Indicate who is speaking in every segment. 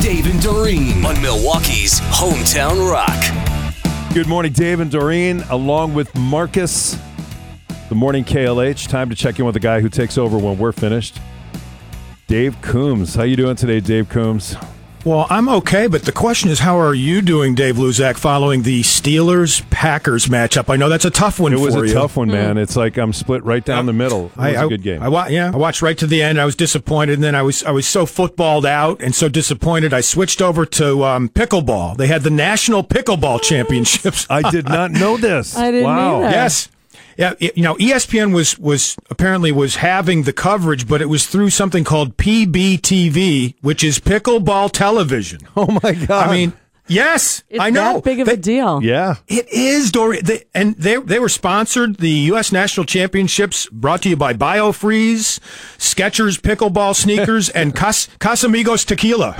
Speaker 1: Dave and Doreen on Milwaukee's Hometown Rock.
Speaker 2: Good morning, Dave and Doreen, along with Marcus. The morning KLH. Time to check in with the guy who takes over when we're finished. Dave Coombs, how you doing today, Dave Coombs?
Speaker 3: Well, I'm okay, but the question is, how are you doing, Dave Luzak, following the Steelers Packers matchup? I know that's a tough one
Speaker 2: It was
Speaker 3: for
Speaker 2: a
Speaker 3: you.
Speaker 2: tough one,
Speaker 4: Hmm.
Speaker 2: man. It's like I'm split right down the middle. It was
Speaker 3: I,
Speaker 2: a
Speaker 3: I-
Speaker 2: good game.
Speaker 3: I, wa- yeah, I watched right to the end. I was disappointed, and then I was I was so footballed out and so disappointed. I switched over to um, pickleball. They had the National Pickleball Championships.
Speaker 2: I did not know this.
Speaker 4: I didn't
Speaker 2: wow.
Speaker 4: either.
Speaker 3: Yes. Yeah, y- you know, E ESPN was was apparently was having the coverage, but it was through something called PBTV, which is pickleball television.
Speaker 2: Oh my god.
Speaker 3: I mean, yes,
Speaker 4: It's
Speaker 3: I know.
Speaker 4: that big of
Speaker 3: They-
Speaker 4: a deal.
Speaker 2: yeah.
Speaker 3: It is Dory, they, and they they were sponsored. The U.S. National Championships brought to you by BioFreeze, Skechers pickleball sneakers, and Cas, Casamigos tequila.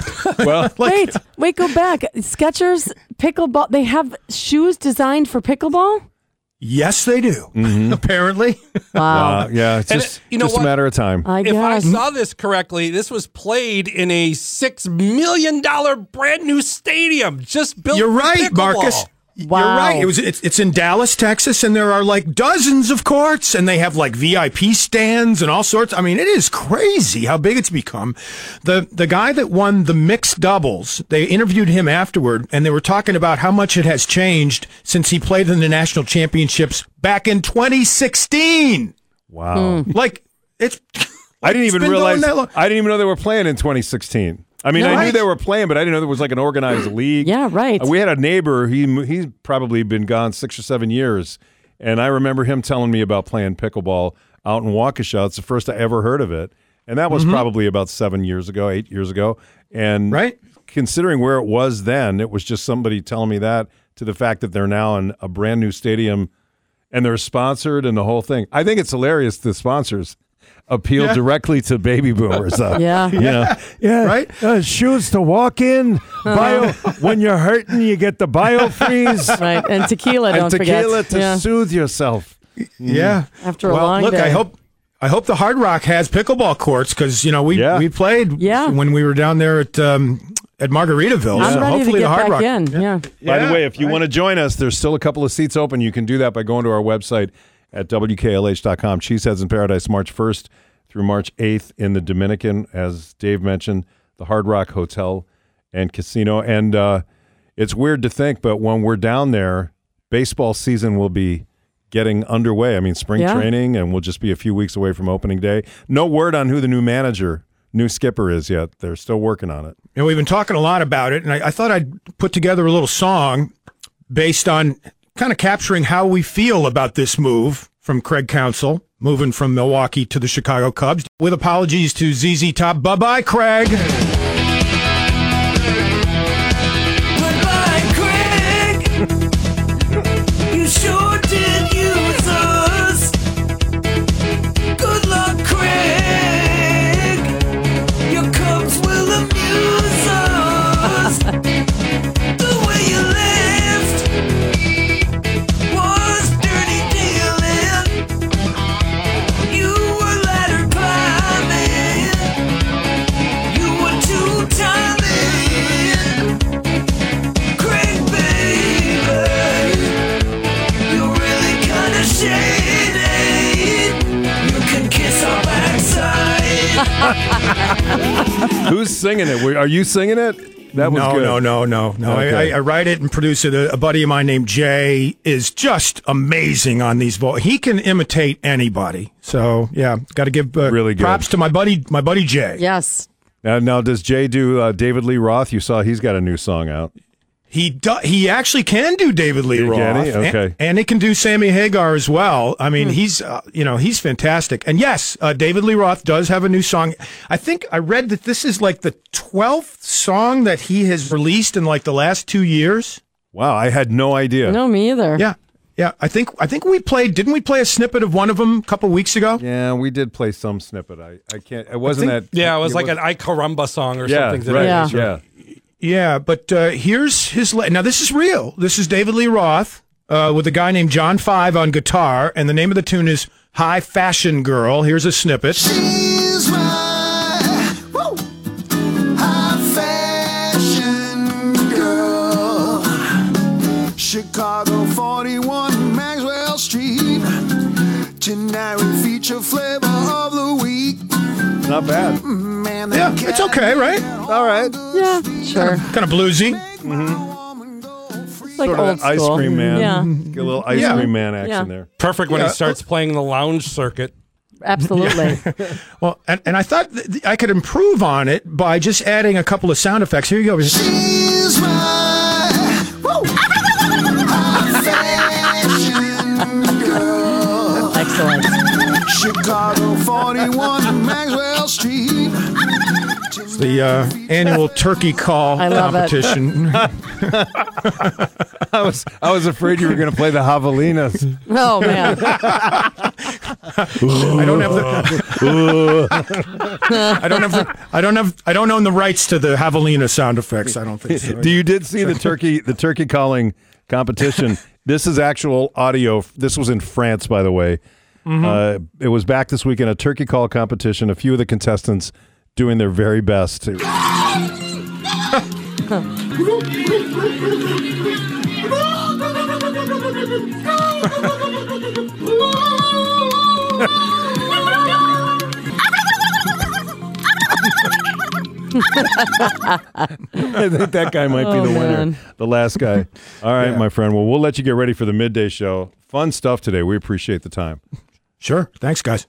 Speaker 2: Well,
Speaker 4: wait, wait, go back. Skechers pickleball. They have shoes designed for pickleball.
Speaker 3: yes, they do. Apparently,
Speaker 4: Wow.
Speaker 2: uh, yeah, it's
Speaker 5: And,
Speaker 2: just,
Speaker 5: you know
Speaker 2: just a
Speaker 5: what?
Speaker 2: matter of time.
Speaker 4: I
Speaker 5: if I
Speaker 4: guess.
Speaker 5: saw this correctly, this was played in a six million dollar brand new stadium just built.
Speaker 3: you're
Speaker 5: for
Speaker 3: right,
Speaker 5: pickleball.
Speaker 3: Marcus. You're
Speaker 4: Wow.
Speaker 3: right. It was it's, it's in Dallas, Texas, and there are like dozens of courts, and they have like VIP stands and all sorts. I mean, it is crazy how big it's become. The the guy that won the mixed doubles, they interviewed him afterward, and they were talking about how much it has changed since he played in the national championships back in 2016.
Speaker 2: Wow.
Speaker 4: Hmm.
Speaker 3: Like it's.
Speaker 2: I didn't
Speaker 3: it's
Speaker 2: even
Speaker 3: been going
Speaker 2: realize.
Speaker 3: that long.
Speaker 2: I didn't even know they were playing in 2016. I mean,
Speaker 3: No,
Speaker 2: I knew
Speaker 3: right.
Speaker 2: they were playing, but I didn't know there was like an organized league.
Speaker 4: Yeah, right.
Speaker 2: Uh, We had a neighbor. He mo- he's probably been gone six or seven years, and I remember him telling me about playing pickleball out in Waukesha. It's the first I ever heard of it, and that was
Speaker 3: Mm-hmm.
Speaker 2: probably about seven years ago, eight years ago. And
Speaker 3: Right.
Speaker 2: considering where it was then, it was just somebody telling me that. To the fact that they're now in a brand new stadium and they're sponsored and the whole thing. I think it's hilarious the sponsors appeal directly to baby boomers. though.
Speaker 4: Yeah.
Speaker 2: You know? Yeah.
Speaker 3: Right?
Speaker 2: Uh, shoes to walk in.
Speaker 4: Uh-huh.
Speaker 2: Bio when you're hurting, you get the biofreeze
Speaker 4: right. And tequila.
Speaker 2: and
Speaker 4: Don't
Speaker 2: tequila
Speaker 4: forget.
Speaker 2: to
Speaker 4: yeah.
Speaker 2: soothe yourself.
Speaker 3: Yeah.
Speaker 4: After a
Speaker 3: well,
Speaker 4: long
Speaker 3: look,
Speaker 4: day.
Speaker 3: I hope I hope the Hard Rock has pickleball courts because you know we
Speaker 2: Yeah.
Speaker 3: we played
Speaker 4: Yeah.
Speaker 3: when we were down there at um, at Margaritaville.
Speaker 4: I'm
Speaker 3: so
Speaker 4: ready
Speaker 3: hopefully
Speaker 4: to
Speaker 3: the
Speaker 4: get
Speaker 3: Hard
Speaker 4: back
Speaker 3: Rock.
Speaker 4: in. Yeah.
Speaker 2: By
Speaker 3: Yeah,
Speaker 2: the way, if you want to join us, there's still a couple of seats open. You can do that by going to our website at WKLH.com. Cheeseheads in Paradise, March 1st through March 8th in the Dominican, as Dave mentioned, the Hard Rock Hotel and Casino. And uh, it's weird to think, but when we're down there, baseball season will be getting underway. I mean, spring
Speaker 4: Yeah.
Speaker 2: training, and we'll just be a few weeks away from opening day. No word on who the new manager, new skipper is yet. They're still working on it.
Speaker 3: And we've been talking a lot about it, and I, I thought I'd put together a little song based on kind of capturing how we feel about this move from Craig Council moving from Milwaukee to the Chicago Cubs. With apologies to ZZ Top. Bye bye, Craig.
Speaker 6: Goodbye, Craig. you sure did use us. Good luck, Craig. Your cubs will amuse us. the way you left was dirty dealing. You were ladder climbing. You were two timing. Craig, baby, you're really kinda shady. You can kiss our backside.
Speaker 2: Who's singing it? Were- Are you singing it? That was
Speaker 3: no,
Speaker 2: good.
Speaker 3: no, no, no, no. I-
Speaker 2: Okay.
Speaker 3: I, I write it and produce it. A, a buddy of mine named Jay is just amazing on these. Vo- he can imitate anybody. So yeah, got to give uh,
Speaker 2: Really good.
Speaker 3: props to my buddy, my buddy Jay.
Speaker 4: Yes.
Speaker 2: Now, now does Jay do uh, David Lee Roth? You saw he's got a new song out.
Speaker 3: He do- he actually can do David Lee
Speaker 2: You
Speaker 3: Roth,
Speaker 2: get it?
Speaker 3: and-
Speaker 2: Okay.
Speaker 3: and, he can do Sammy Hagar as well. I mean, he's uh, you know he's fantastic. And yes, uh, David Lee Roth does have a new song. I think I read that this is like the twelfth song that he has released in like the last two years.
Speaker 2: Wow, I had no idea.
Speaker 4: No, me either.
Speaker 3: Yeah. Yeah, I think I think we played. Didn't we play a snippet of one of them a couple weeks ago?
Speaker 2: Yeah, we did play some snippet. I, I can't. It wasn't
Speaker 3: think-
Speaker 2: that.
Speaker 5: Yeah, it was like an
Speaker 2: wasn't-
Speaker 5: I Carumba song or
Speaker 2: Yeah,
Speaker 5: something.
Speaker 2: right.
Speaker 4: Yeah.
Speaker 2: Yeah.
Speaker 3: Yeah, but uh, here's his. Le- now this is real. This is David Lee Roth uh, with a guy named John Five on guitar, and the name of the tune is "High Fashion Girl." Here's a snippet.
Speaker 7: She's my woo, high fashion Chicago 41 Maxwell Street. Generic feature flavor of the week.
Speaker 2: Not bad.
Speaker 4: Mm,
Speaker 7: Man,
Speaker 3: Yeah, it's okay, right?
Speaker 2: All right.
Speaker 4: Yeah, sure.
Speaker 3: Kind of bluesy.
Speaker 4: It's like
Speaker 2: Sort
Speaker 4: old
Speaker 2: of that ice
Speaker 4: school.
Speaker 2: cream man.
Speaker 4: Yeah,
Speaker 2: Get a little ice
Speaker 3: Yeah.
Speaker 2: cream man action
Speaker 4: Yeah.
Speaker 2: there.
Speaker 5: Perfect when
Speaker 3: Yeah.
Speaker 5: he starts playing the lounge circuit.
Speaker 4: absolutely.
Speaker 3: Well, and, and I thought th- th- I could improve on it by just adding a couple of sound effects. Here you go. Just-
Speaker 7: She's my fashion girl.
Speaker 4: Excellent.
Speaker 7: Chicago 41 Maxwell Street.
Speaker 3: the uh, annual turkey call
Speaker 4: I love it.
Speaker 3: competition.
Speaker 2: I was I was afraid you were going to play the javelinas.
Speaker 4: Oh man,
Speaker 3: I don't have the. I don't have. The, I don't have. I don't own the rights to the javelina sound effects. I don't think so.
Speaker 2: Do you did see the turkey the turkey calling competition? This is actual audio. This was in France, by the way. Uh, it was back this weekend a turkey call competition. A few of the contestants doing their very best. To, I think that guy might be
Speaker 4: Oh,
Speaker 2: the winner.
Speaker 4: man.
Speaker 2: The last guy. All right, my friend. Well, we'll let you get ready for the midday show. Fun stuff today. We appreciate the time.
Speaker 3: Sure. Thanks, guys.